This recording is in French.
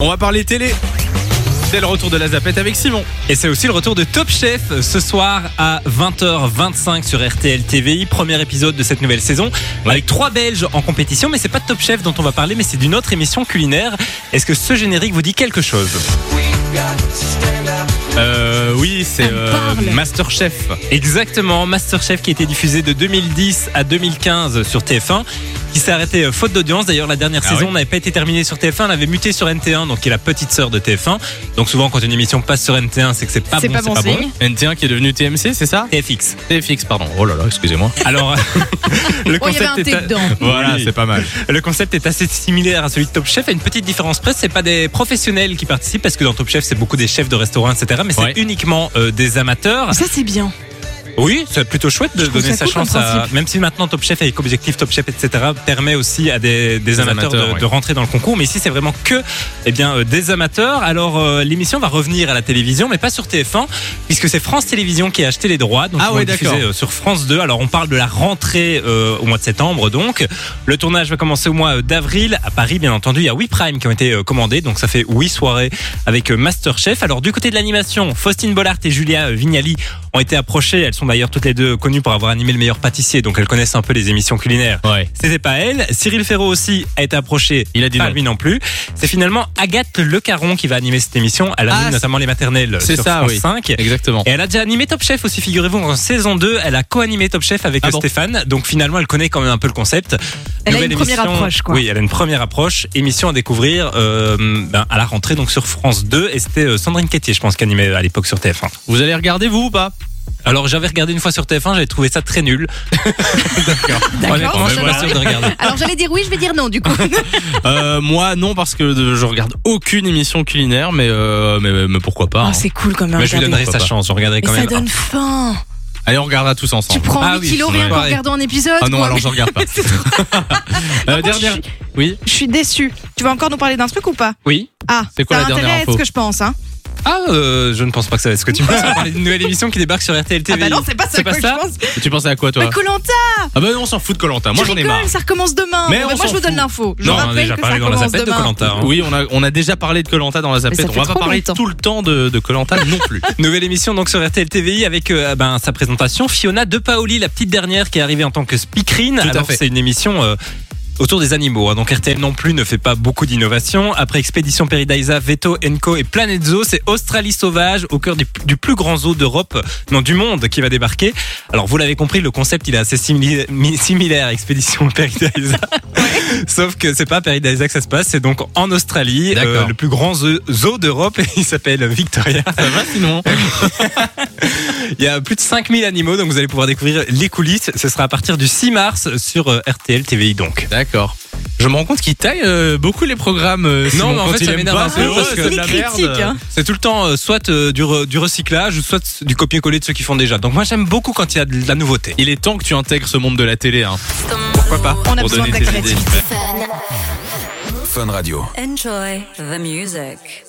On va parler télé. C'est le retour de la zapette avec Simon. Et c'est aussi le retour de Top Chef ce soir à 20h25 sur RTL TVI, premier épisode de cette nouvelle saison Ouais. avec trois Belges en compétition, mais c'est pas de Top Chef dont on va parler, mais c'est d'une autre émission culinaire. Est-ce que ce générique vous dit quelque chose Euh, oui, c'est euh, Masterchef. Exactement, MasterChef qui a été diffusé de 2010 à 2015 sur TF1, qui s'est arrêté euh, faute d'audience. D'ailleurs, la dernière Ah saison oui. n'avait pas été terminée sur TF1, elle avait muté sur NT1, donc qui est la petite sœur de TF1. Donc souvent, quand une émission passe sur NT1, c'est que c'est pas C'est bon, pas bon c'est pas bon. signe. NT1 qui est devenu TMC, c'est ça TFX. TFX, pardon. Oh là là, excusez-moi. Alors, le Oh, il y avait un concept thé est à- dedans. Voilà, Oui. c'est pas mal. Le concept est assez similaire à celui de Top Chef. Il y a une petite différence près, c'est pas des professionnels qui participent parce que dans Top Chef, c'est beaucoup des chefs de restaurants, etc. Mais c'est Ouais. uniquement euh, des amateurs. Ça, c'est bien. Oui, c'est plutôt chouette de Je trouve donner ça sa cool comme chance à. principe. Même si maintenant Top Chef avec Objectif Top Chef, etc. permet aussi à des, des amateurs, amateurs, de, ouais. de rentrer dans le concours. Mais ici, c'est vraiment que eh bien, euh, des amateurs. Alors, euh, l'émission va revenir à la télévision, mais pas sur TF1, puisque c'est France Télévisions qui a acheté les droits. Donc, Ah ils vont ouais, le diffuser, d'accord. euh, Sur France 2. Alors, on parle de la rentrée euh, au mois de septembre. Donc, le tournage va commencer au mois euh, d'avril à Paris, bien entendu. Il y a 8 primes qui ont été euh, commandés. Donc, ça fait 8 soirées avec euh, Masterchef. Alors, du côté de l'animation, Faustine Bollard et Julia euh, Vignali ont été approchées. Elles sont d'ailleurs toutes les deux connues pour avoir animé le meilleur pâtissier. Donc, elles connaissent un peu les émissions culinaires. Ouais. C'était pas elle. Cyril Ferraud aussi a été approché. Il a dit pas non. lui non plus. C'est finalement Agathe Le Caron qui va animer cette émission. Elle anime Ah, notamment les maternelles c'est sur ça, France oui. 5. Exactement. Et elle a déjà animé Top Chef aussi, figurez-vous, en saison 2, elle a co-animé Top Chef avec Ah bon Stéphane, donc finalement elle connaît quand même un peu le concept. Elle a une première approche, quoi. Oui, elle a une première approche, émission à découvrir euh, ben, à la rentrée, donc sur France 2, et c'était euh, Sandrine Quétier, je pense, qui animait à l'époque sur TF1. Vous allez regarder, vous ou pas Alors j'avais regardé une fois sur TF1, j'avais trouvé ça très nul. Honnêtement, je suis pas sûr de regarder. Alors, j'allais dire oui, je vais dire non, du coup. Ah Euh, Moi, non, parce que euh, je regarde aucune émission culinaire, mais, euh, mais, mais pourquoi pas. Ah, hein. c'est cool quand même. Mais Bah, je lui donnerai sa Pourquoi pas. chance, je regarderai Et quand ça même. donne faim. Allez, on regardera tous Tu ensemble. prends Ah 8 oui, kilos rien ouais. qu'en regardant un épisode. Ah non, quoi. alors je regarde pas. C'est trop- Euh, dernière. je Oui. Je suis déçue. Tu vas encore nous parler d'un truc ou pas Oui. Ah, C'est quoi ça la dernière intéresse info ce que je pense. Hein. Ah, euh, je ne pense pas que ça va être ce que tu penses. On va parler d'une nouvelle émission qui débarque sur RTL Ah TV. bah non, c'est pas ça C'est que pas je ça pense. Tu pensais à quoi, toi Mais Colanta, Ah bah non, on s'en fout de Colanta. Moi, j'en ai marre. ça recommence demain. Mais Bah, on moi, s'en je vous donne fout. l'info. Je Non, on a rappelle déjà que parlé ça dans la commence zapette de demain. Colanta. hein. Oui, on a, on a déjà parlé de Colanta dans la Mais zapette. ça On fait va pas trop parler longtemps. tout le temps de Colanta non plus. Nouvelle émission donc sur RTL TVI avec euh, ben, sa présentation. Fiona De Paoli, la petite dernière qui est arrivée en tant que speakerine. Tout à Alors fait. c'est une émission euh, autour des animaux. hein. Donc RTL non plus ne fait pas beaucoup d'innovations. Après Expédition Peridaisa, Veto, Enco et Planet Zoo, c'est Australie Sauvage au cœur du, du plus grand zoo d'Europe, non du monde, qui va débarquer. Alors vous l'avez compris, le concept il est assez simili- mi- similaire à Expédition Peridaisa. Sauf que c'est pas à Peridaisa que ça se passe, c'est donc en Australie, euh, D'accord. le plus grand zoo zoo d'Europe. Il s'appelle Victoria. Ça va sinon Il y a plus de 5000 animaux, donc vous allez pouvoir découvrir les coulisses. Ce sera à partir du 6 mars sur euh, RTL TVI donc. D'accord. Je me rends compte qu'il taille euh, beaucoup les programmes. euh, Simon, mais en quand fait, il ça aime m'énerve pas, un c'est peu heureux, parce que c'est de la il est Ah, critique, merde. hein. C'est tout le temps euh, soit euh, du, re- du recyclage, soit du copier-coller de ceux qui font déjà. Donc moi j'aime beaucoup quand il y a de la nouveauté. Il est temps que tu intègres ce monde de la télé. hein. Pourquoi pas On a Pour besoin de donner tes ta créativité. idées. Enjoy the music.